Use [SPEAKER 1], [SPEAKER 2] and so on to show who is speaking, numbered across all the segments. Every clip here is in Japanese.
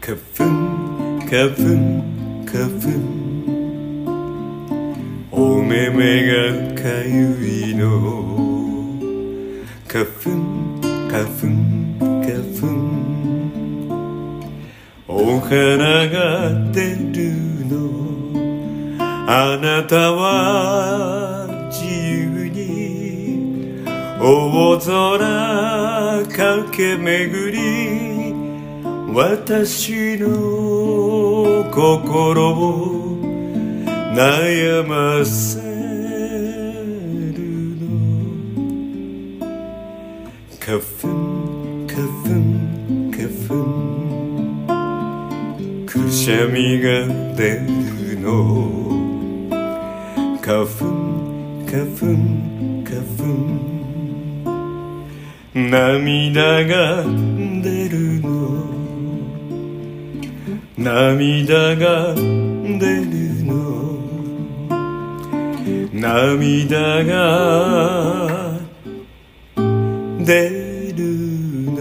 [SPEAKER 1] 花粉花粉花粉お目目がかゆいの花粉花粉花粉お花が出るのあなたは自由に大空駆け巡り私の心を悩ませるの花粉花粉花粉くしゃみが出るの花粉花粉花粉涙が出るの涙が出るの涙が出るの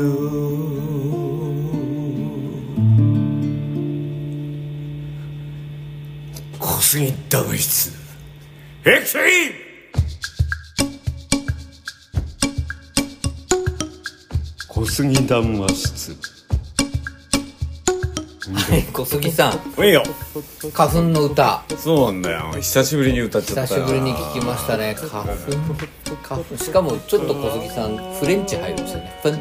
[SPEAKER 1] 小杉ダイスエクセイ小杉談話室
[SPEAKER 2] はい小杉さん
[SPEAKER 1] おいよ
[SPEAKER 2] 花粉の歌
[SPEAKER 1] そうなんだよ久しぶりに歌っちゃ
[SPEAKER 2] 久
[SPEAKER 1] った
[SPEAKER 2] しぶりに聞きましたね花粉花粉しかもちょっと小杉さんフレンチ入るんですよねプンっ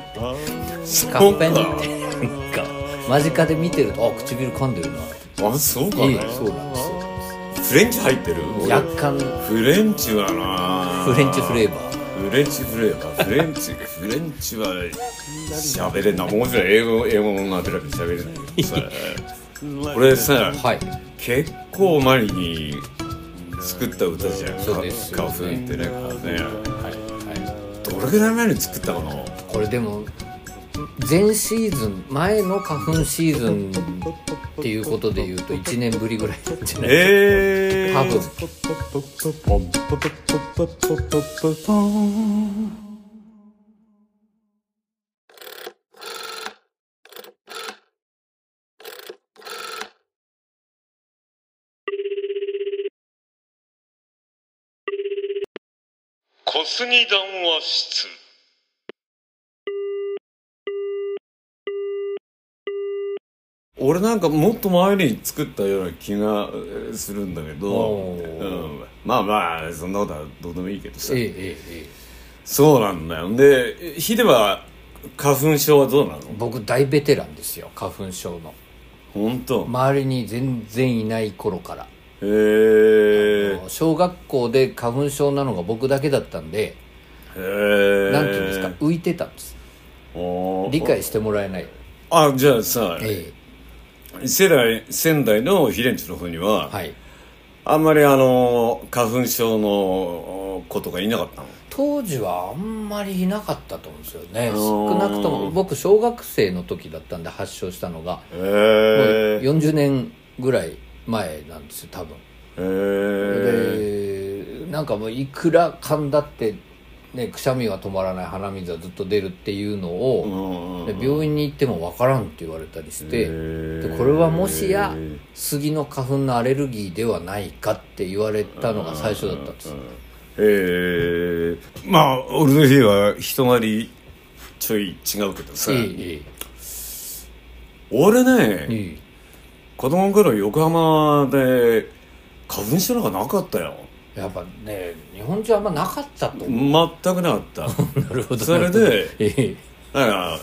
[SPEAKER 2] て
[SPEAKER 1] し
[SPEAKER 2] カッペンってなんか間近で見てるとあ唇噛んでるな
[SPEAKER 1] あそうか
[SPEAKER 2] いい
[SPEAKER 1] ね
[SPEAKER 2] そうなんですよ
[SPEAKER 1] フレンチ入ってる
[SPEAKER 2] 若干
[SPEAKER 1] フレンチはな
[SPEAKER 2] フレンチフレーバ
[SPEAKER 1] フレンチフレーバーフレンチフレンチは喋れんなもちろん英語英語もなんてなく喋れないけどさこれさ
[SPEAKER 2] ーはい
[SPEAKER 1] 結構前に作った歌じゃん
[SPEAKER 2] そうです
[SPEAKER 1] 花粉ってね花粉ね
[SPEAKER 2] はいは
[SPEAKER 1] どれぐらい前に作ったかない
[SPEAKER 2] これでも前シーズン前の花粉シーズンっていうことで言うと1年ぶりぐらいなんじゃない
[SPEAKER 1] えー、
[SPEAKER 2] 多分
[SPEAKER 1] 小杉談話室俺なんかもっと前に作ったような気がえーするんだけど、
[SPEAKER 2] お
[SPEAKER 1] う
[SPEAKER 2] ー
[SPEAKER 1] ん、まあまあそんなことはどうでもいいけどさ、
[SPEAKER 2] ええええええ
[SPEAKER 1] そうなんだよでヒデは花粉症はどうなの
[SPEAKER 2] 僕大ベテランですよ花粉症の
[SPEAKER 1] 本当、
[SPEAKER 2] 周りに全然いない頃から
[SPEAKER 1] へえ
[SPEAKER 2] 小学校で花粉症なのが僕だけだったんで
[SPEAKER 1] へえ
[SPEAKER 2] なんていうんですか浮いてたんです
[SPEAKER 1] おー
[SPEAKER 2] 理解してもらえない
[SPEAKER 1] あじゃあさ、
[SPEAKER 2] え
[SPEAKER 1] 世代仙台のヒレンチの方には、
[SPEAKER 2] えはい
[SPEAKER 1] あんまりあの花粉症の子とかいなかったの
[SPEAKER 2] 当時はあんまりいなかったと思うんですよね
[SPEAKER 1] あ
[SPEAKER 2] 少
[SPEAKER 1] のー
[SPEAKER 2] なくとも僕小学生の時だったんで発症したのがもう
[SPEAKER 1] へえ
[SPEAKER 2] 40年ぐらい前なんですよ多分
[SPEAKER 1] へえ
[SPEAKER 2] でなんかもういくら噛んだって、ね、くしゃみは止まらない鼻水はずっと出るっていうのを、で病院に行っても分からんって言われたりして、でこれはもしや杉の花粉のアレルギーではないかって言われたのが最初だったんで
[SPEAKER 1] へ
[SPEAKER 2] す
[SPEAKER 1] えまあ俺の日は人なりちょい違うけどさ、
[SPEAKER 2] いい
[SPEAKER 1] 俺
[SPEAKER 2] いい
[SPEAKER 1] ね
[SPEAKER 2] いい
[SPEAKER 1] 子供の頃横浜で花粉症なんかなかったよ
[SPEAKER 2] やっぱね日本中あんまなかったと思
[SPEAKER 1] 全くなかった
[SPEAKER 2] うなるほど
[SPEAKER 1] それ で
[SPEAKER 2] ええ
[SPEAKER 1] だから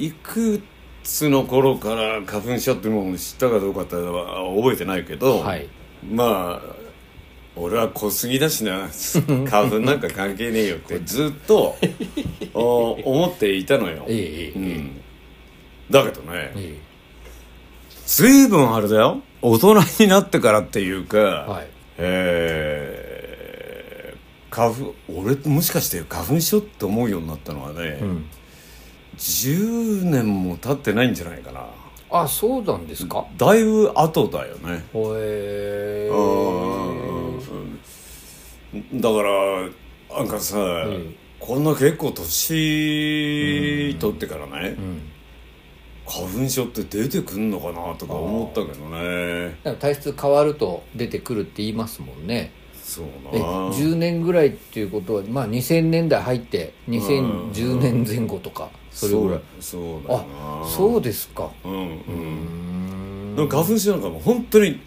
[SPEAKER 1] いくつの頃から花粉症っていうものを知ったかどうかっては覚えてないけど、
[SPEAKER 2] はい
[SPEAKER 1] まあ俺は小杉だし な花粉なんか関係ねえよってずっとお思っていたのよ、
[SPEAKER 2] ええ
[SPEAKER 1] う
[SPEAKER 2] ええ
[SPEAKER 1] ん、だけど
[SPEAKER 2] え
[SPEAKER 1] ね
[SPEAKER 2] え
[SPEAKER 1] 随分あれだよ大人になってからっていうか、
[SPEAKER 2] はい
[SPEAKER 1] えー花粉俺もしかして花粉症って思うようになったのはね、
[SPEAKER 2] うん
[SPEAKER 1] 10年も経ってないんじゃないかな
[SPEAKER 2] あそうなんですか
[SPEAKER 1] だいぶ後だよね
[SPEAKER 2] ほえ
[SPEAKER 1] だからなんかさ、
[SPEAKER 2] ん
[SPEAKER 1] こんな結構年取ってからね、
[SPEAKER 2] うん
[SPEAKER 1] 花粉症って出てくんのかなとか思ったけどね
[SPEAKER 2] なんか体質変わると出てくるって言いますもんね
[SPEAKER 1] そうな
[SPEAKER 2] え10年ぐらいっていうことは、まあ、2000年代入って2010年前後とかそれぐらい
[SPEAKER 1] そうそうだよ
[SPEAKER 2] あ
[SPEAKER 1] な
[SPEAKER 2] そうですか
[SPEAKER 1] ううんう
[SPEAKER 2] うー
[SPEAKER 1] ん
[SPEAKER 2] ん
[SPEAKER 1] なんか花粉症なんかもう本当に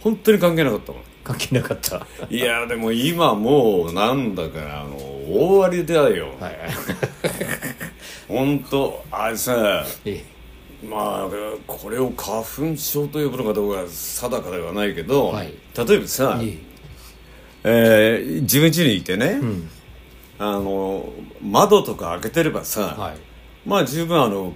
[SPEAKER 1] 本当に関係なかったもん
[SPEAKER 2] 関係なかったはい
[SPEAKER 1] やでも今もうなんだからあの大割りだよ、
[SPEAKER 2] い
[SPEAKER 1] 本当あれさ
[SPEAKER 2] え
[SPEAKER 1] まあこれを花粉症と呼ぶのかどうか定かではないけど、
[SPEAKER 2] はい
[SPEAKER 1] 例えばさ、
[SPEAKER 2] え
[SPEAKER 1] えー自分家にいてね、
[SPEAKER 2] ん
[SPEAKER 1] あの窓とか開けてればさ、
[SPEAKER 2] は
[SPEAKER 1] まあ十分あの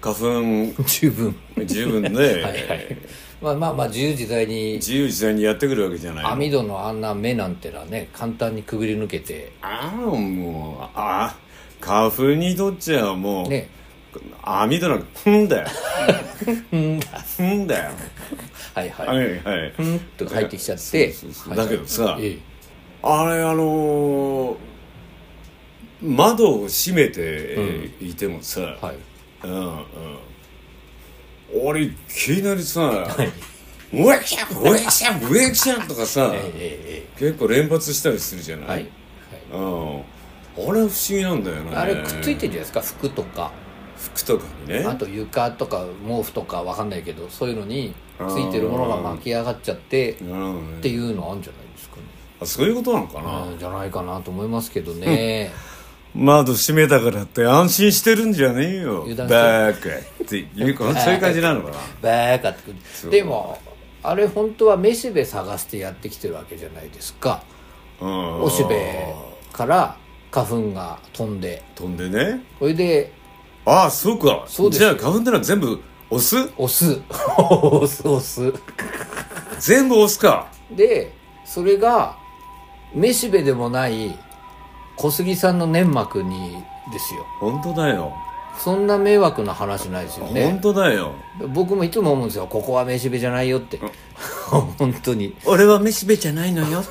[SPEAKER 1] 花
[SPEAKER 2] い十分
[SPEAKER 1] 粉十分で、
[SPEAKER 2] はいはいまあまあまあ自由自在に
[SPEAKER 1] 自由自在にやってくるわけじゃないの
[SPEAKER 2] 網戸のあんな目なんてのはね簡単にくぐり抜けて
[SPEAKER 1] ああもうあ花粉にとっちゃもう、
[SPEAKER 2] ね
[SPEAKER 1] 網戸なんかふんだよふんだよ
[SPEAKER 2] はいはい、
[SPEAKER 1] はいはい
[SPEAKER 2] ふんっと入ってきちゃって
[SPEAKER 1] そうそうそう
[SPEAKER 2] はいはい
[SPEAKER 1] だけどさ
[SPEAKER 2] え
[SPEAKER 1] あれあのー窓を閉めていてもさ、
[SPEAKER 2] えはい
[SPEAKER 1] うんうん俺いきなりさ「ウェキャンウェキャンウェキャン」とかさ
[SPEAKER 2] えええ
[SPEAKER 1] 結構連発したりするじゃ
[SPEAKER 2] え
[SPEAKER 1] ない、
[SPEAKER 2] はい、はい、
[SPEAKER 1] うんあれ不思議なんだよね
[SPEAKER 2] あれくっついてるんじゃないですか服とか
[SPEAKER 1] 服とかにね
[SPEAKER 2] あと床とか毛布とかわかんないけどそういうのについてるものが巻き上がっちゃってっ
[SPEAKER 1] うん
[SPEAKER 2] ていうのあるんじゃないですかね
[SPEAKER 1] あそういうことなのかな、
[SPEAKER 2] うんじゃないかなと思いますけどね
[SPEAKER 1] 窓閉めたからって安心してるんじゃねえよ
[SPEAKER 2] 油断して
[SPEAKER 1] バーカっていう かそういう感じなのかな
[SPEAKER 2] バーカって
[SPEAKER 1] う
[SPEAKER 2] でもあれ本当はめしべ探してやってきてるわけじゃないですか
[SPEAKER 1] うん
[SPEAKER 2] おしべから花粉が飛んで
[SPEAKER 1] 飛んでね
[SPEAKER 2] それで
[SPEAKER 1] ああそうか
[SPEAKER 2] そうです
[SPEAKER 1] じゃ
[SPEAKER 2] よ
[SPEAKER 1] あ花粉ってのは全部オス
[SPEAKER 2] 押す押す押す
[SPEAKER 1] 全部オスか
[SPEAKER 2] でそれがめしべでもない小杉さんの粘膜にですよ
[SPEAKER 1] 本当だよ、
[SPEAKER 2] そんな迷惑な話ないですよ
[SPEAKER 1] 本
[SPEAKER 2] ね
[SPEAKER 1] 当だよ
[SPEAKER 2] 僕もいつも思うんですよここはめしべじゃないよって 本当に
[SPEAKER 1] 俺はめしべじゃないのよ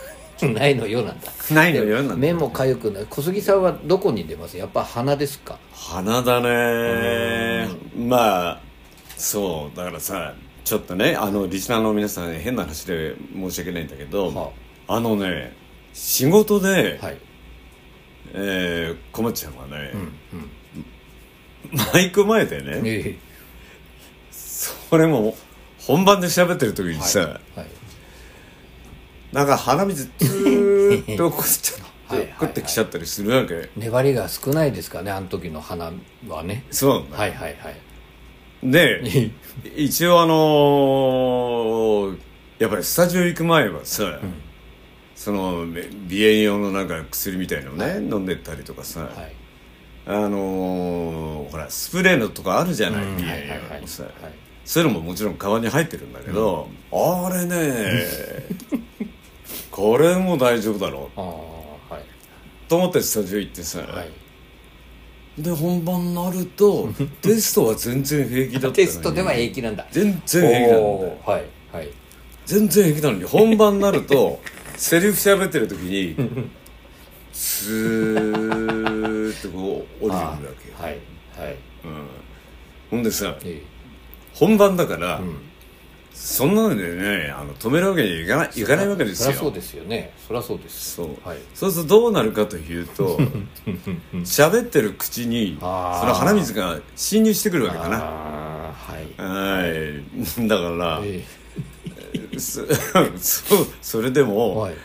[SPEAKER 2] ないのよなんだ
[SPEAKER 1] ないのよなん
[SPEAKER 2] 目
[SPEAKER 1] て
[SPEAKER 2] もかゆくない小杉さんはどこに出ますやっぱ鼻ですか
[SPEAKER 1] 鼻だねまあそうだからさちょっとねあのリスナーの皆さんね変な話で申し訳ないんだけど、
[SPEAKER 2] は
[SPEAKER 1] あのね仕事で、
[SPEAKER 2] はい
[SPEAKER 1] えー、こまちゃんはね、
[SPEAKER 2] うん
[SPEAKER 1] マイク前でね、
[SPEAKER 2] え
[SPEAKER 1] それも本番で喋ってる時にさ、
[SPEAKER 2] えはい
[SPEAKER 1] なんか鼻水ずーっとこっちゃっ
[SPEAKER 2] はいは
[SPEAKER 1] て
[SPEAKER 2] いはい
[SPEAKER 1] 食ってきちゃったりするわけ、
[SPEAKER 2] 粘りが少ないですかねあの時の鼻はね
[SPEAKER 1] そうなんだ、
[SPEAKER 2] はいはいはい
[SPEAKER 1] で 一応あのーやっぱりスタジオ行く前はさ、そのめ鼻炎用のなんか薬みたいなのね、飲んでったりとかさ、
[SPEAKER 2] はい
[SPEAKER 1] あのーほらスプレーのとかあるじゃない、
[SPEAKER 2] うん
[SPEAKER 1] 鼻
[SPEAKER 2] はい
[SPEAKER 1] 炎
[SPEAKER 2] はい
[SPEAKER 1] 用
[SPEAKER 2] はい
[SPEAKER 1] のさ、
[SPEAKER 2] はい
[SPEAKER 1] そういうのももちろん革に入ってるんだけど、あれ ねこれも大丈夫だろ
[SPEAKER 2] ああはいう
[SPEAKER 1] と思ってスタジオ行ってさ、
[SPEAKER 2] はい
[SPEAKER 1] で本番になるとテストは全然平気だったのに
[SPEAKER 2] テストでは平気なんだ
[SPEAKER 1] 全然平気なんだよ
[SPEAKER 2] おーはいはい
[SPEAKER 1] 全然平気なのに本番になる とセリフ喋ってる時にスーッとこう降りて
[SPEAKER 2] あ
[SPEAKER 1] くるわけよ
[SPEAKER 2] ーはいはい
[SPEAKER 1] ほんでさ
[SPEAKER 2] え
[SPEAKER 1] 本番だから、
[SPEAKER 2] ん
[SPEAKER 1] そんなのでねあの止めるわけにいかない
[SPEAKER 2] え
[SPEAKER 1] いかないわけです
[SPEAKER 2] そ
[SPEAKER 1] よ
[SPEAKER 2] りゃそうですよねそりゃそうです
[SPEAKER 1] そう
[SPEAKER 2] はい
[SPEAKER 1] そうするとどうなるかという と喋ってる口にそ
[SPEAKER 2] あー
[SPEAKER 1] の鼻水が侵入してくるわけかな
[SPEAKER 2] ああはい
[SPEAKER 1] はいだから、
[SPEAKER 2] え
[SPEAKER 1] そ そうそれで
[SPEAKER 2] え
[SPEAKER 1] も、
[SPEAKER 2] はい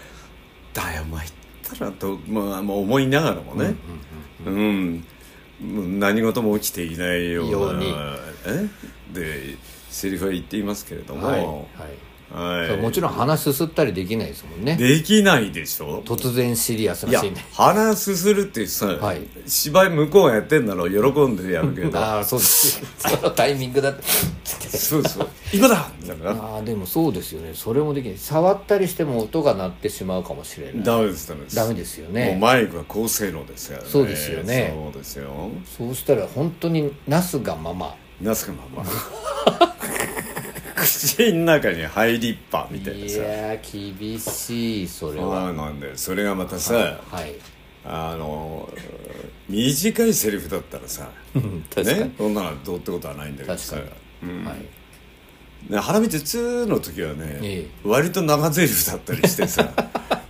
[SPEAKER 1] だよ参ったらと、まあ、まあ思いながらもねうんもう何事も起きていないような
[SPEAKER 2] ように
[SPEAKER 1] えでセリフは言っていますけれども、
[SPEAKER 2] はい
[SPEAKER 1] は
[SPEAKER 2] はい
[SPEAKER 1] い
[SPEAKER 2] そうもちろん鼻すすったりできないですもんね
[SPEAKER 1] できないでしょ
[SPEAKER 2] 突然シリアス
[SPEAKER 1] い
[SPEAKER 2] な
[SPEAKER 1] や
[SPEAKER 2] シーンで
[SPEAKER 1] 鼻すするってさ、
[SPEAKER 2] はい
[SPEAKER 1] 芝居向こうがやってんなら喜んでやるけ ど
[SPEAKER 2] ああそうですよそのタイミングだって
[SPEAKER 1] そうそう「今だ!」だ から
[SPEAKER 2] ああでもそうですよねそれもできない触ったりしても音が鳴ってしまうかもしれない
[SPEAKER 1] ダメですダメです
[SPEAKER 2] ダメですよ
[SPEAKER 1] もう
[SPEAKER 2] ね
[SPEAKER 1] マイクは高性能ですよね
[SPEAKER 2] そうですよね
[SPEAKER 1] そうですよ
[SPEAKER 2] そうしたら本当になすがまま
[SPEAKER 1] なすかまま 口の中に入りっぱみ
[SPEAKER 2] い
[SPEAKER 1] た
[SPEAKER 2] や
[SPEAKER 1] いなさ
[SPEAKER 2] ー厳しいそれ
[SPEAKER 1] そ
[SPEAKER 2] は
[SPEAKER 1] うなんだよそれがまたさ、
[SPEAKER 2] はい
[SPEAKER 1] あの短いセリフだったらさ、
[SPEAKER 2] うん確かに、
[SPEAKER 1] ね、そんなのどうってことはないんだけどさ
[SPEAKER 2] 確か
[SPEAKER 1] うん
[SPEAKER 2] はい
[SPEAKER 1] ね、ハラミ2の時はね、
[SPEAKER 2] え
[SPEAKER 1] 割と長ゼリフだったりして さ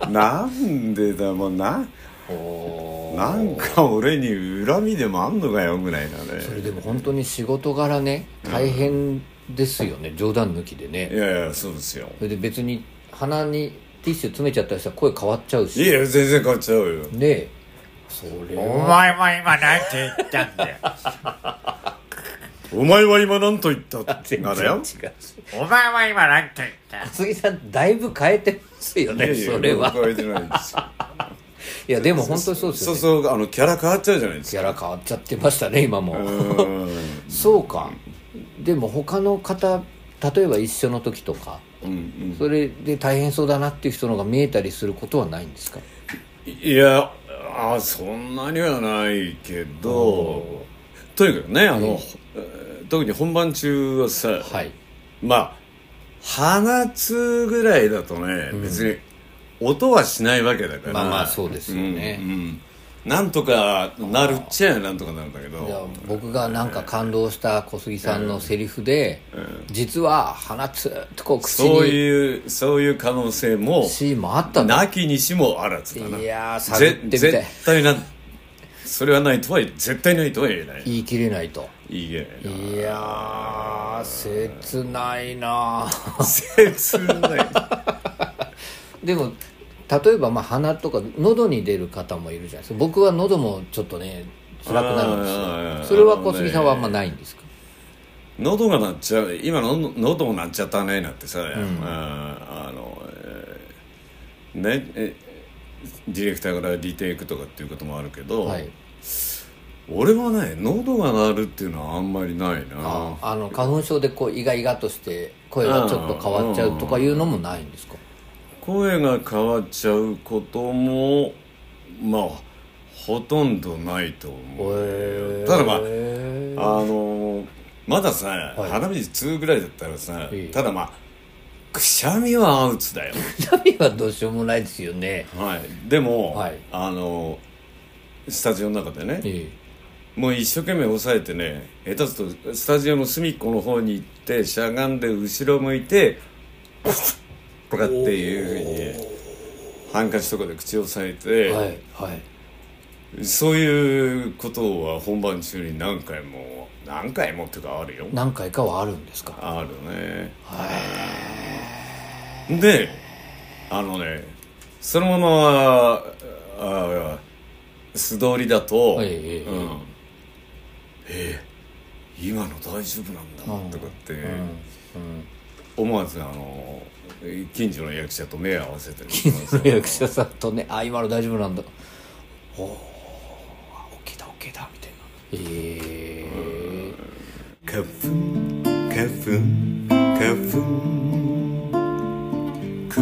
[SPEAKER 1] なんでだもうな
[SPEAKER 2] おー
[SPEAKER 1] なんか俺に恨みでもあんのかよぐらいなね
[SPEAKER 2] それでも本当に仕事柄ね大変ですよね、冗談抜きで
[SPEAKER 1] い
[SPEAKER 2] ね
[SPEAKER 1] やいやそうですよ
[SPEAKER 2] それで別に鼻にティッシュ詰めちゃったりしたら声変わっちゃう
[SPEAKER 1] いや
[SPEAKER 2] し
[SPEAKER 1] いや全然変わっちゃうよ
[SPEAKER 2] でそれ
[SPEAKER 1] お
[SPEAKER 2] は
[SPEAKER 1] 前は今何て言ったんだよお前は今何と言ったってなだよ
[SPEAKER 2] 違う
[SPEAKER 1] お前は今何と言った
[SPEAKER 2] 杉さんだいぶ変えてますよねそれは
[SPEAKER 1] 変えてないですよ
[SPEAKER 2] いやでも本当にそうですよ
[SPEAKER 1] そう
[SPEAKER 2] ね
[SPEAKER 1] そうあのキャラ変わっちゃうじゃないです
[SPEAKER 2] キャ
[SPEAKER 1] か
[SPEAKER 2] ラ変わっちゃってましたね今も
[SPEAKER 1] うん
[SPEAKER 2] そうかでも他の方例えば一緒の時とか
[SPEAKER 1] うんうん
[SPEAKER 2] それで大変そうだなっていう人のが見えたりすることはないんですか
[SPEAKER 1] いやあそんなにはないけどとにかくねあの、えー特に本番中はさ、
[SPEAKER 2] はい
[SPEAKER 1] まあ放つぐらいだとね、別に音はしないわけだから
[SPEAKER 2] まあまあそうですよね
[SPEAKER 1] うんうんなんとかなるっちゃなんとかなるんだけ
[SPEAKER 2] いや
[SPEAKER 1] ど
[SPEAKER 2] 僕がなんか感動した小杉さんのセリフで「実は放つ」とこう口
[SPEAKER 1] そう
[SPEAKER 2] に
[SPEAKER 1] いうそういう可能性も
[SPEAKER 2] シーンもあったんだ
[SPEAKER 1] なきにしもあらずだない
[SPEAKER 2] やー探って
[SPEAKER 1] ぜ
[SPEAKER 2] みたい
[SPEAKER 1] 絶対なそれはないとは絶対ないとは言えない
[SPEAKER 2] 言い切れないと
[SPEAKER 1] いいえ
[SPEAKER 2] いやー切ないなあ
[SPEAKER 1] 切ない
[SPEAKER 2] でも例えばまあ鼻とか喉に出る方もいるじゃないですか僕は喉もちょっとね辛くなるん
[SPEAKER 1] あーあーあ
[SPEAKER 2] で
[SPEAKER 1] ー
[SPEAKER 2] すよそれは小杉さんはあんまないんですか
[SPEAKER 1] 喉がなっちゃう今の喉もなっちゃったねなんてさ、あーあの、えーねえディレクターからリテイクとかっていうこともあるけど、
[SPEAKER 2] はい
[SPEAKER 1] 俺はね喉が鳴るっていうのはあんまりないな
[SPEAKER 2] ああの花粉症でこうイガイガとして声がちょっと変わっちゃうとかいうのもないんですか
[SPEAKER 1] 声が変わっちゃうこともまあほとんどないと思う、
[SPEAKER 2] へ
[SPEAKER 1] ただまあ
[SPEAKER 2] え
[SPEAKER 1] あのまださ、花火2ぐらいだったらさ、
[SPEAKER 2] ええ
[SPEAKER 1] ただまあくしゃみはアウツだよ
[SPEAKER 2] 痛みはどうしようもないですよね
[SPEAKER 1] はい、でも、
[SPEAKER 2] はい
[SPEAKER 1] あのスタジオの中でね
[SPEAKER 2] え
[SPEAKER 1] もう一生懸命抑えてね下手するとスタジオの隅っこの方に行ってしゃがんで後ろ向いてとかっていうふうにハンカチとかで口を押さえ
[SPEAKER 2] え
[SPEAKER 1] て、
[SPEAKER 2] はいはい
[SPEAKER 1] そういうことは本番中に何回も何回もっていうかあるよ
[SPEAKER 2] 何回かはあるんですか
[SPEAKER 1] あるねであのねそのままああ素通りだと、
[SPEAKER 2] はいええ
[SPEAKER 1] うん、ええ今の大丈夫なんだ
[SPEAKER 2] うん
[SPEAKER 1] とかって、
[SPEAKER 2] うん
[SPEAKER 1] 思わずあの近所の役者と目を合わせてる
[SPEAKER 2] 役者さんとねあ今の大丈夫なんだおお OK だ OK だみたいなええ
[SPEAKER 1] 花粉花粉花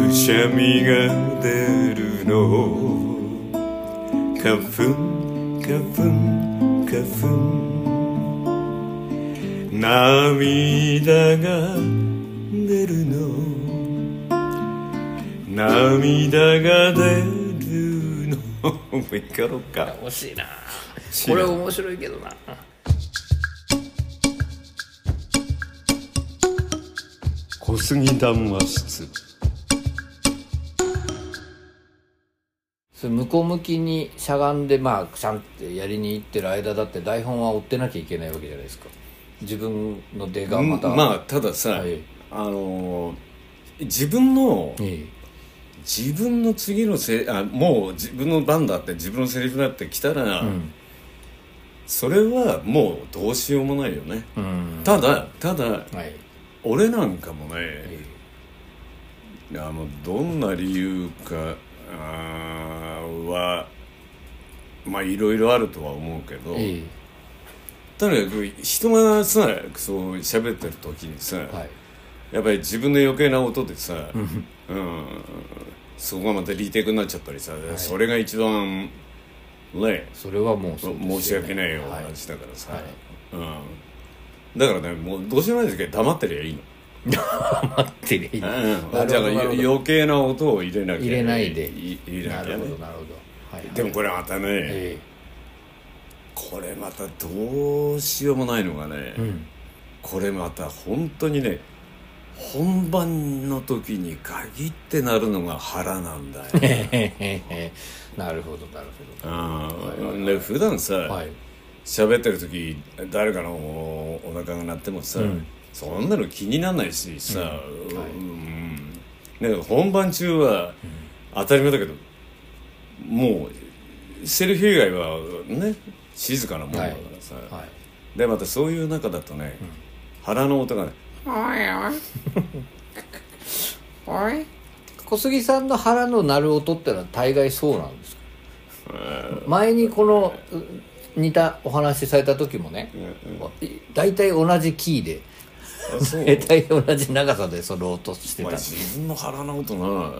[SPEAKER 1] 粉くしゃみが出るの花粉花粉花粉涙が出るの涙が出るの もう一回やろうか
[SPEAKER 2] 惜しいな
[SPEAKER 1] しい
[SPEAKER 2] こ
[SPEAKER 1] な
[SPEAKER 2] れ面白いけどな
[SPEAKER 1] 小杉談話室
[SPEAKER 2] それ向こう向きにしゃがんでまあくしゃんってやりに行ってる間だって台本は追ってなきゃいけないわけじゃないですか自分の出がまた、
[SPEAKER 1] うんまあたださ、
[SPEAKER 2] はい
[SPEAKER 1] あのー自分の
[SPEAKER 2] え
[SPEAKER 1] 自分の次のせあもう自分の番だって自分のセリフだって来たら、
[SPEAKER 2] えうん
[SPEAKER 1] それはもうどうしようもないよね
[SPEAKER 2] うん
[SPEAKER 1] ただただ
[SPEAKER 2] はい
[SPEAKER 1] 俺なんかもね、
[SPEAKER 2] え
[SPEAKER 1] あのどんな理由かあーはまあいろいろあるとは思うけど、
[SPEAKER 2] ええ
[SPEAKER 1] とにかく人がさそう喋ってる時にさ、
[SPEAKER 2] えはい
[SPEAKER 1] やっぱり自分の余計な音でさ、うん、そこがまたリテイクになっちゃったりさ、それが一番ね
[SPEAKER 2] それはもうそうですよね
[SPEAKER 1] 申し訳ないお
[SPEAKER 2] はい
[SPEAKER 1] 話だからさ、
[SPEAKER 2] はい
[SPEAKER 1] うん、だからねもうどうしようもないですけど黙ってりゃいいの、
[SPEAKER 2] ってね
[SPEAKER 1] う
[SPEAKER 2] なるほど
[SPEAKER 1] ん、だから
[SPEAKER 2] なるほど
[SPEAKER 1] 余計な音を入れなきゃ
[SPEAKER 2] 入れないで
[SPEAKER 1] い入れ
[SPEAKER 2] な
[SPEAKER 1] なきゃ
[SPEAKER 2] るほ
[SPEAKER 1] ね
[SPEAKER 2] どなるほどはいはい
[SPEAKER 1] でもこれまたね、
[SPEAKER 2] え
[SPEAKER 1] これまたどうしようもないのがね、
[SPEAKER 2] うん
[SPEAKER 1] これまた本当にね本番の時に限ってなるのが腹なんだよ、
[SPEAKER 2] へへへへ なるほどなるほ
[SPEAKER 1] うんで普段さ、
[SPEAKER 2] どはい
[SPEAKER 1] 喋ってる時誰かのおお腹が鳴ってもさ、
[SPEAKER 2] ん
[SPEAKER 1] そんなの気にならないしさ、うんね本番中は当たり前だけど、もうセルフ以外はね静かなもんだからさ、
[SPEAKER 2] はい
[SPEAKER 1] でまたそういう中だとね、腹の 音がね
[SPEAKER 2] 小杉さんの腹の鳴る音ってのは大概そうなんですか前にこのう似たお話された時もね大体同じキーで
[SPEAKER 1] あそう
[SPEAKER 2] 大体同じ長さでそ の音して
[SPEAKER 1] お
[SPEAKER 2] た
[SPEAKER 1] 前自分の腹の音な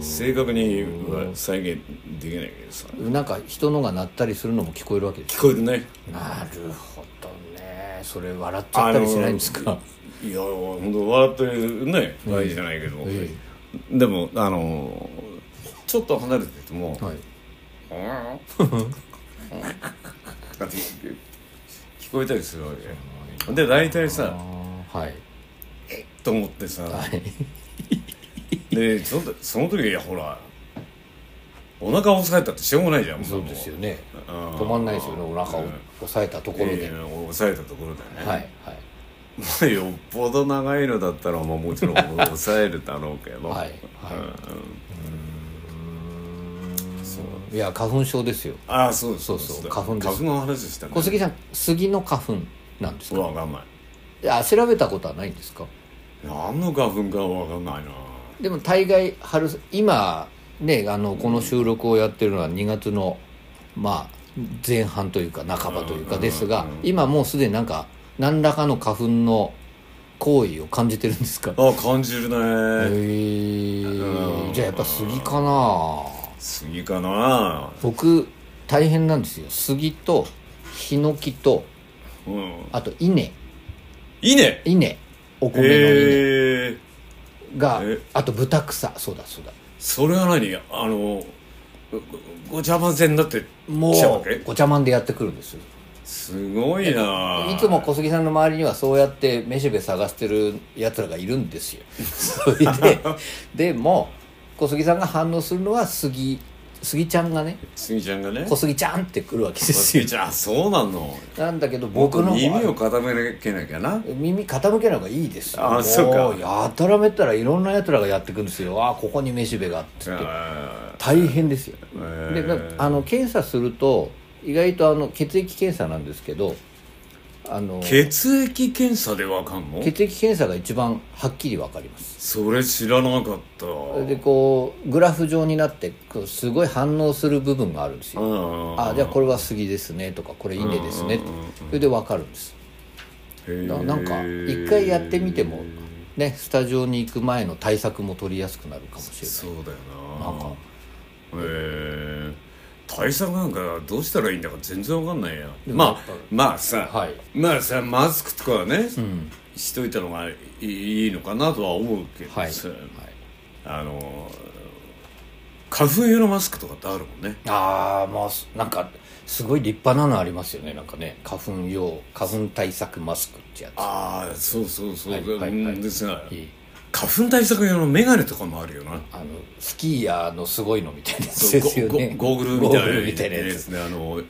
[SPEAKER 1] 正確には再現できないけどさ
[SPEAKER 2] なんか人のが鳴ったりするのも聞こえるわけです
[SPEAKER 1] 聞こえるね
[SPEAKER 2] なるほどねそれ笑っちゃったりしないんですか
[SPEAKER 1] いや本当笑ってるね大事じゃないけど、
[SPEAKER 2] え
[SPEAKER 1] でもあのちょっと離れてても、
[SPEAKER 2] はい
[SPEAKER 1] だって聞こえたりするわけで大体さ
[SPEAKER 2] あーはい
[SPEAKER 1] と思ってさ
[SPEAKER 2] はい
[SPEAKER 1] でちょっとその時いやほらお腹押さえたってしょうがないじゃん
[SPEAKER 2] そうですよね
[SPEAKER 1] あー
[SPEAKER 2] 止まんないですよねお腹を押さえたとこ
[SPEAKER 1] こ
[SPEAKER 2] ろ
[SPEAKER 1] れ
[SPEAKER 2] で、
[SPEAKER 1] 押さえたところだよね、
[SPEAKER 2] はいはい
[SPEAKER 1] まあ よっぽど長いのだったら、まあ、もちろん抑えるだろうけど、
[SPEAKER 2] はいはい
[SPEAKER 1] そう
[SPEAKER 2] いや花粉症ですよ
[SPEAKER 1] ああそうです
[SPEAKER 2] そうそう
[SPEAKER 1] だ
[SPEAKER 2] 花粉です
[SPEAKER 1] 花粉の話したね
[SPEAKER 2] 小杉さん杉の花粉なんですか
[SPEAKER 1] わかんない
[SPEAKER 2] いや調べたことはないんですか
[SPEAKER 1] 何の花粉かわかんないな
[SPEAKER 2] でも大概春今ねあのこの収録をやってるのは2月のまあ前半というか半ばというかですが今もうすでになんか何らかの花粉の行為を感じてるんですかへ
[SPEAKER 1] あ感じるね
[SPEAKER 2] えじゃあやっぱ杉かな
[SPEAKER 1] 杉かな
[SPEAKER 2] 僕大変なんですよ杉とヒノキと
[SPEAKER 1] うん
[SPEAKER 2] あと稲
[SPEAKER 1] 稲
[SPEAKER 2] 稲お米の稲
[SPEAKER 1] ええ
[SPEAKER 2] が、
[SPEAKER 1] え
[SPEAKER 2] あと豚草そうだそうだ
[SPEAKER 1] それは何あのごごちゃ混ぜになって
[SPEAKER 2] も
[SPEAKER 1] 来たわけ
[SPEAKER 2] うごちゃまんでやってくるんですよ
[SPEAKER 1] すごいない
[SPEAKER 2] つも小杉さんの周りにはそうやってめしべ探してるやつらがいるんですよそれででも小杉さんが反応するのは杉杉ちゃんがね
[SPEAKER 1] 杉ちゃんがね
[SPEAKER 2] 小杉ちゃんって来るわけですよ
[SPEAKER 1] 杉ちゃんあそうなの
[SPEAKER 2] なんだけど
[SPEAKER 1] 僕
[SPEAKER 2] 僕の
[SPEAKER 1] の
[SPEAKER 2] 方
[SPEAKER 1] 耳を
[SPEAKER 2] は
[SPEAKER 1] 傾けなきゃな
[SPEAKER 2] 耳傾けるのがいいですよ
[SPEAKER 1] あそうか
[SPEAKER 2] もやたらめったらいろんなやつらがやってくるんですよあここにめしべがってって
[SPEAKER 1] あ
[SPEAKER 2] 大変ですよ、
[SPEAKER 1] ー
[SPEAKER 2] でなあの検査すると意外とあの血液検査なんですけどあの血
[SPEAKER 1] 血液検査でわかんの
[SPEAKER 2] 液検査が一番はっきり分かります
[SPEAKER 1] それ知らなかった
[SPEAKER 2] でこうグラフ状になってこうすごい反応する部分があるんですよ
[SPEAKER 1] あ
[SPEAKER 2] あじゃあこれは杉ですねとかこれ稲ですねってそれで分かるんです
[SPEAKER 1] れ
[SPEAKER 2] ななんか一回やってみてもねスタジオに行く前の対策も取りやすくなるかもしれない
[SPEAKER 1] そうだよな
[SPEAKER 2] なんか
[SPEAKER 1] えー対策なんかどうしたらいいんだか全然わかんないや
[SPEAKER 2] もや
[SPEAKER 1] まあ
[SPEAKER 2] っぱ
[SPEAKER 1] まあさ、
[SPEAKER 2] はい
[SPEAKER 1] まあさマスクとかはね、しといたのがいいのかなとは思うけど
[SPEAKER 2] はい、はい
[SPEAKER 1] さ、、あの花粉用のマスクとかってあるもんね
[SPEAKER 2] ああまあすなんかすごい立派なのありますよねなんかね花粉用花粉対策マスクってやつ
[SPEAKER 1] ああそうそうそう、
[SPEAKER 2] はいはいはい
[SPEAKER 1] うんですが
[SPEAKER 2] いい
[SPEAKER 1] 花粉対策用の眼鏡とかもあるよな
[SPEAKER 2] あのスキーヤーのすごいのみたいなやつ
[SPEAKER 1] そう
[SPEAKER 2] ですよね
[SPEAKER 1] ゴゴゴーグルみたいな
[SPEAKER 2] ゴーグルみたいなや
[SPEAKER 1] で
[SPEAKER 2] つ
[SPEAKER 1] すねあの、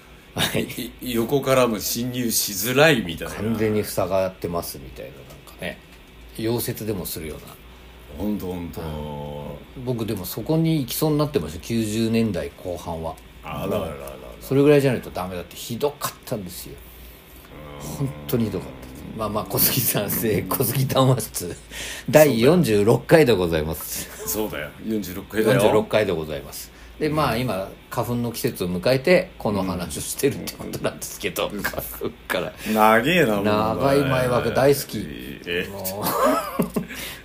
[SPEAKER 1] い横からも侵入しづらいみたいな
[SPEAKER 2] 完全に塞がってますみたいななんかね溶接でもするような
[SPEAKER 1] 本当本当
[SPEAKER 2] 僕でもそこに行きそうになってました90年代後半は
[SPEAKER 1] あらあらあら
[SPEAKER 2] それぐらいじゃないとダメだってひどかったんですよ本当にひどかったまあまあ小杉さん生小杉談話室第46回でございます
[SPEAKER 1] そうだよ46回だよ
[SPEAKER 2] 46回でございますでまあ今花粉の季節を迎えてこの話をしてるってことなんですけど、花粉から
[SPEAKER 1] 長えなもう
[SPEAKER 2] 長い前枠大好き
[SPEAKER 1] えー
[SPEAKER 2] もう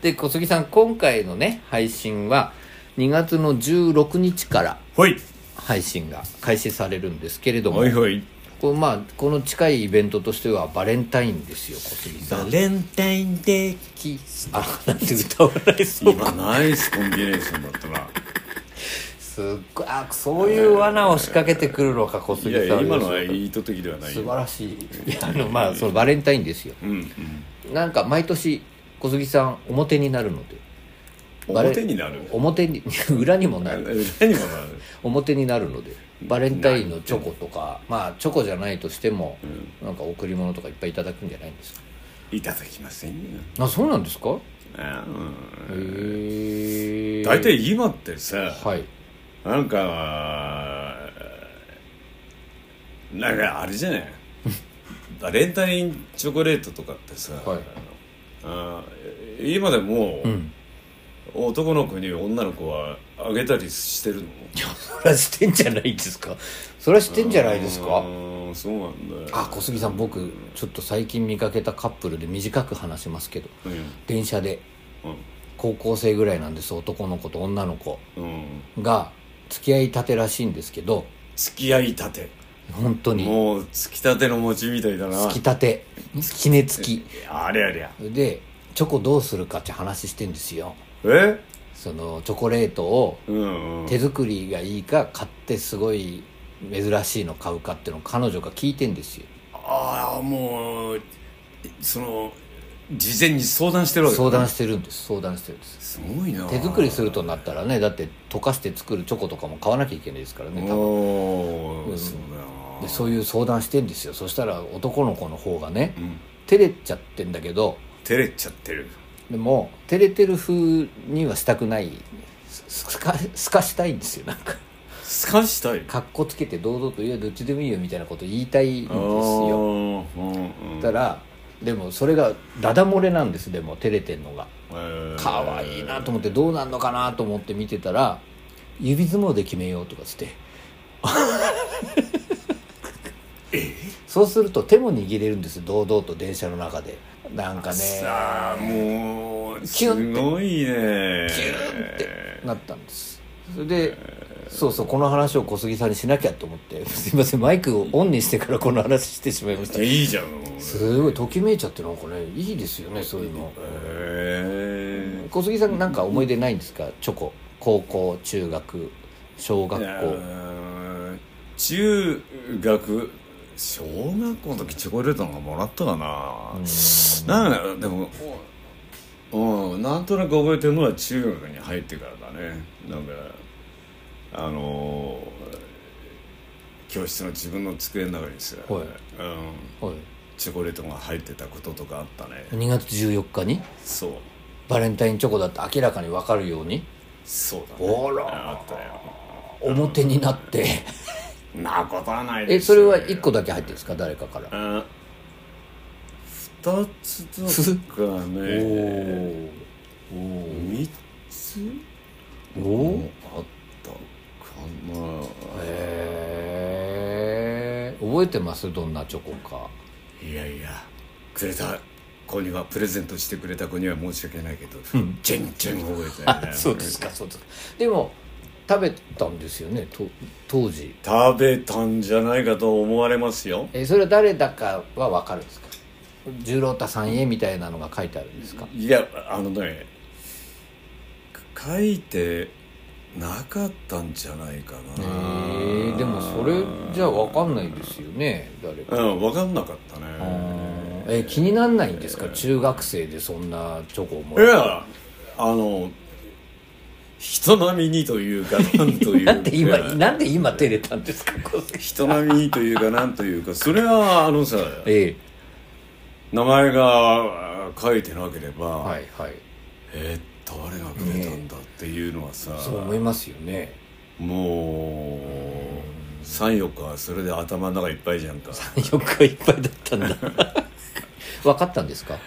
[SPEAKER 2] で小杉さん今回のね配信は2月の16日から
[SPEAKER 1] ほい
[SPEAKER 2] 配信が開始されるんですけれども
[SPEAKER 1] ほいほい
[SPEAKER 2] こうまあ、この近いイベントとしてはバレンタインですよ小杉さん
[SPEAKER 1] バレンタインデー
[SPEAKER 2] キスあなんて歌わないそう
[SPEAKER 1] 今ナイスコンビネーションだったな
[SPEAKER 2] すすっごいあそういう罠を仕掛けてくるのか小
[SPEAKER 1] い
[SPEAKER 2] 杉
[SPEAKER 1] やい
[SPEAKER 2] さん
[SPEAKER 1] や今のは意図的ではない
[SPEAKER 2] 素晴
[SPEAKER 1] よ
[SPEAKER 2] らしいいやあのまあそのバレンタインですよ
[SPEAKER 1] うんうん
[SPEAKER 2] なんか毎年小杉さん表になるのでバレ
[SPEAKER 1] 表になる
[SPEAKER 2] 表に裏にもなる
[SPEAKER 1] 何もなる
[SPEAKER 2] 表になるのでバレンタインのチョコとかまあチョコじゃないとしても、なんか贈り物とかいっぱいいただくんじゃないんですか
[SPEAKER 1] いただきませんよ
[SPEAKER 2] あそうなんですか
[SPEAKER 1] あうん
[SPEAKER 2] へえ
[SPEAKER 1] 大体今ってさ
[SPEAKER 2] はい
[SPEAKER 1] なんかなんかあれじゃないバレンタインチョコレートとかってさ、
[SPEAKER 2] はい
[SPEAKER 1] あ今でも、
[SPEAKER 2] ん
[SPEAKER 1] 男の子に女の子はあげたりしてるの
[SPEAKER 2] それはしてんじゃないですかそれはしてんじゃないです
[SPEAKER 1] う
[SPEAKER 2] か
[SPEAKER 1] ーんそうなんだよ
[SPEAKER 2] あ小杉さん僕ちょっと最近見かけたカップルで短く話しますけど
[SPEAKER 1] うん
[SPEAKER 2] 電車で高校生ぐらいなんです男の子と女の子
[SPEAKER 1] うん、うん、
[SPEAKER 2] が付き合いたてらしいんですけど
[SPEAKER 1] 付き合いたて
[SPEAKER 2] 本当に
[SPEAKER 1] もうつきたての餅みたいだな
[SPEAKER 2] 付きたてひねつき
[SPEAKER 1] ありゃありゃ
[SPEAKER 2] でチョコどうするかって話してんですよ
[SPEAKER 1] え
[SPEAKER 2] そのチョコレートを
[SPEAKER 1] うんうん
[SPEAKER 2] 手作りがいいか買ってすごい珍しいの買うかっていうのを彼女が聞いてんですよ
[SPEAKER 1] ああもうその事前に相談してるわけだ
[SPEAKER 2] 相
[SPEAKER 1] な
[SPEAKER 2] 談してるんです相談してるんです
[SPEAKER 1] すごいな
[SPEAKER 2] 手作りするとなったらねだって溶かして作るチョコとかも買わなきゃいけないですからね多分
[SPEAKER 1] お
[SPEAKER 2] う
[SPEAKER 1] お
[SPEAKER 2] ん
[SPEAKER 1] そうだよな
[SPEAKER 2] でそういう相談してんですよそしたら男の子の方がね、
[SPEAKER 1] ん
[SPEAKER 2] 照れちゃってんだけど
[SPEAKER 1] 照れちゃってる
[SPEAKER 2] でも照れてる風にはしたくないすすかすかしたいんですよなんか
[SPEAKER 1] すかしたい
[SPEAKER 2] かっこつけて堂々と「いやどっちでもいいよ」みたいなこと言いたいんです
[SPEAKER 1] ああ
[SPEAKER 2] よ
[SPEAKER 1] うんうん
[SPEAKER 2] たらでもそれがダダ漏れなんですでも照れてんのが
[SPEAKER 1] えー
[SPEAKER 2] 可愛いなと思ってどうなんのかなと思って見てたら指相撲で決めようとかつってそうすると手も握れるんです堂々と電車の中でなんかね
[SPEAKER 1] さあもう
[SPEAKER 2] キュン
[SPEAKER 1] す
[SPEAKER 2] って
[SPEAKER 1] ごいね
[SPEAKER 2] キューンってなったんですそれでそうそうこの話を小杉さんにしなきゃと思ってすいませんマイクをオンにしてからこの話してしまいました
[SPEAKER 1] いやいいじゃん
[SPEAKER 2] すごいときめいちゃってなんかねいいですよねそういうの
[SPEAKER 1] え
[SPEAKER 2] 小杉さんなんか思い出ないんですかチョコ高校中学小学校
[SPEAKER 1] ー中学小学校の時チョコレートなんかもらったかななんかでもうんなんとなく覚えてるのは中学に入ってからだねなんかあのー教室の自分の机の中にす
[SPEAKER 2] はい
[SPEAKER 1] うん、
[SPEAKER 2] はい
[SPEAKER 1] チョコレートが入ってたこととかあったね
[SPEAKER 2] 2月14日に
[SPEAKER 1] そう
[SPEAKER 2] バレンタインチョコだって明らかに分かるように
[SPEAKER 1] そうだね
[SPEAKER 2] おら
[SPEAKER 1] あったよ
[SPEAKER 2] 表になって
[SPEAKER 1] なことはない
[SPEAKER 2] え
[SPEAKER 1] です
[SPEAKER 2] それ
[SPEAKER 1] よ
[SPEAKER 2] は1個だけ入ってるんですか誰かから
[SPEAKER 1] あ二つとか
[SPEAKER 2] お
[SPEAKER 1] ね
[SPEAKER 2] ー
[SPEAKER 1] 三つ
[SPEAKER 2] おお
[SPEAKER 1] あったかな
[SPEAKER 2] へえ覚えてますどんなチョコか
[SPEAKER 1] いやいやくれた子にはプレゼントしてくれた子には申し訳ないけど、全然覚えてない、ね、
[SPEAKER 2] かそうですかでも食べたんですよねと当時
[SPEAKER 1] 食べたんじゃないかと思われますよ
[SPEAKER 2] えーそれは誰だかは分かるんですか十郎太さんへみたいなのが書いてあるんですか
[SPEAKER 1] いやあのね書いてなかったんじゃないか
[SPEAKER 2] え
[SPEAKER 1] な
[SPEAKER 2] ーでもそれじゃ分かんないですよね誰か
[SPEAKER 1] うん分かんなかったね
[SPEAKER 2] えー気になんないんですか中学生でそんなチョコを
[SPEAKER 1] い
[SPEAKER 2] もらう
[SPEAKER 1] やあの人並みにという かなんというか
[SPEAKER 2] なんで今なんで今照れたんですかこう
[SPEAKER 1] 人並みにというかなんというかそれはあのさ
[SPEAKER 2] え
[SPEAKER 1] 名前があ書いてなければ、
[SPEAKER 2] えはいはい
[SPEAKER 1] えーっと誰がくれたんだっていうのはさ、
[SPEAKER 2] そう思いますよ ね
[SPEAKER 1] もう34日はそれで頭の中いっぱいじゃんか
[SPEAKER 2] 4日いっぱいだったん だ分かったんですか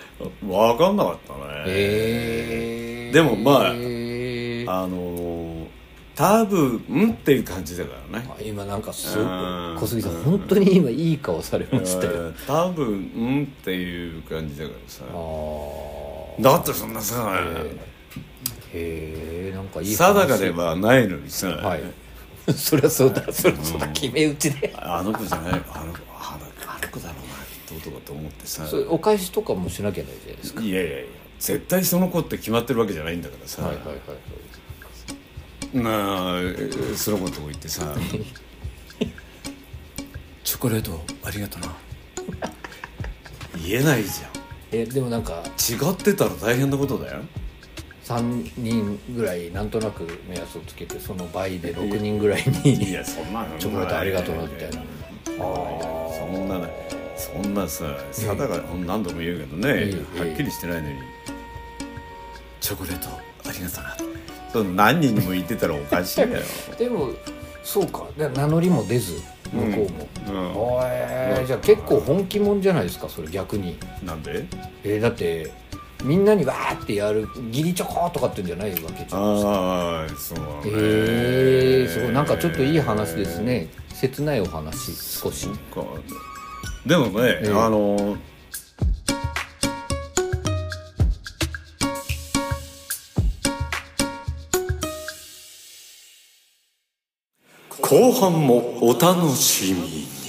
[SPEAKER 1] 分かんなかったね、
[SPEAKER 2] ええ
[SPEAKER 1] でもまあ
[SPEAKER 2] えー
[SPEAKER 1] あの多分っていう感じだからね
[SPEAKER 2] あ今なんかすご
[SPEAKER 1] う
[SPEAKER 2] く
[SPEAKER 1] ん
[SPEAKER 2] 小杉さん
[SPEAKER 1] うん
[SPEAKER 2] 本当に今いい顔されましたよ、
[SPEAKER 1] うん多分っていう感じだからさ
[SPEAKER 2] ああ
[SPEAKER 1] だってそんなさ、
[SPEAKER 2] へえんかいい話
[SPEAKER 1] 定かではないのにさ、
[SPEAKER 2] はい そりゃそうだそりゃそうだ決め打ちで
[SPEAKER 1] あの子じゃないあの子あの子あの子だろうなどうとかと思ってさ
[SPEAKER 2] それお返しとかもしなきゃいけないじゃないですか
[SPEAKER 1] いやいやいや絶対その子って決まってるわけじゃないんだからさ、
[SPEAKER 2] はいはいはい
[SPEAKER 1] まあそのことを言ってさ チョコレートありがとな言えないじ
[SPEAKER 2] えでもなん
[SPEAKER 1] ゃ
[SPEAKER 2] か
[SPEAKER 1] ん違ってたら大変なことだよ
[SPEAKER 2] 3人ぐらいなんとなく目安をつけてその倍で6人ぐら いに
[SPEAKER 1] いやそんなの
[SPEAKER 2] チョコレートありがとうなみたいな
[SPEAKER 1] そんなそんなさ定か何度も言うけどね
[SPEAKER 2] いい
[SPEAKER 1] はっきりしてないのにチョコレートありがとうなその何人にも言ってたらおかしいんだよ
[SPEAKER 2] でもそうかで名乗りも出ず向こうも、
[SPEAKER 1] うん
[SPEAKER 2] おーえーじゃあ結構本気もんじゃないですかそれ逆に
[SPEAKER 1] なんで
[SPEAKER 2] えーだってみんなにわーってやる義理チョコとかってんじゃないわけじゃん
[SPEAKER 1] ああそうね
[SPEAKER 2] えー、すごいなんかちょっといい話ですね切ないお話少し
[SPEAKER 1] かでもね、
[SPEAKER 2] ええ
[SPEAKER 1] あの後半もお楽しみに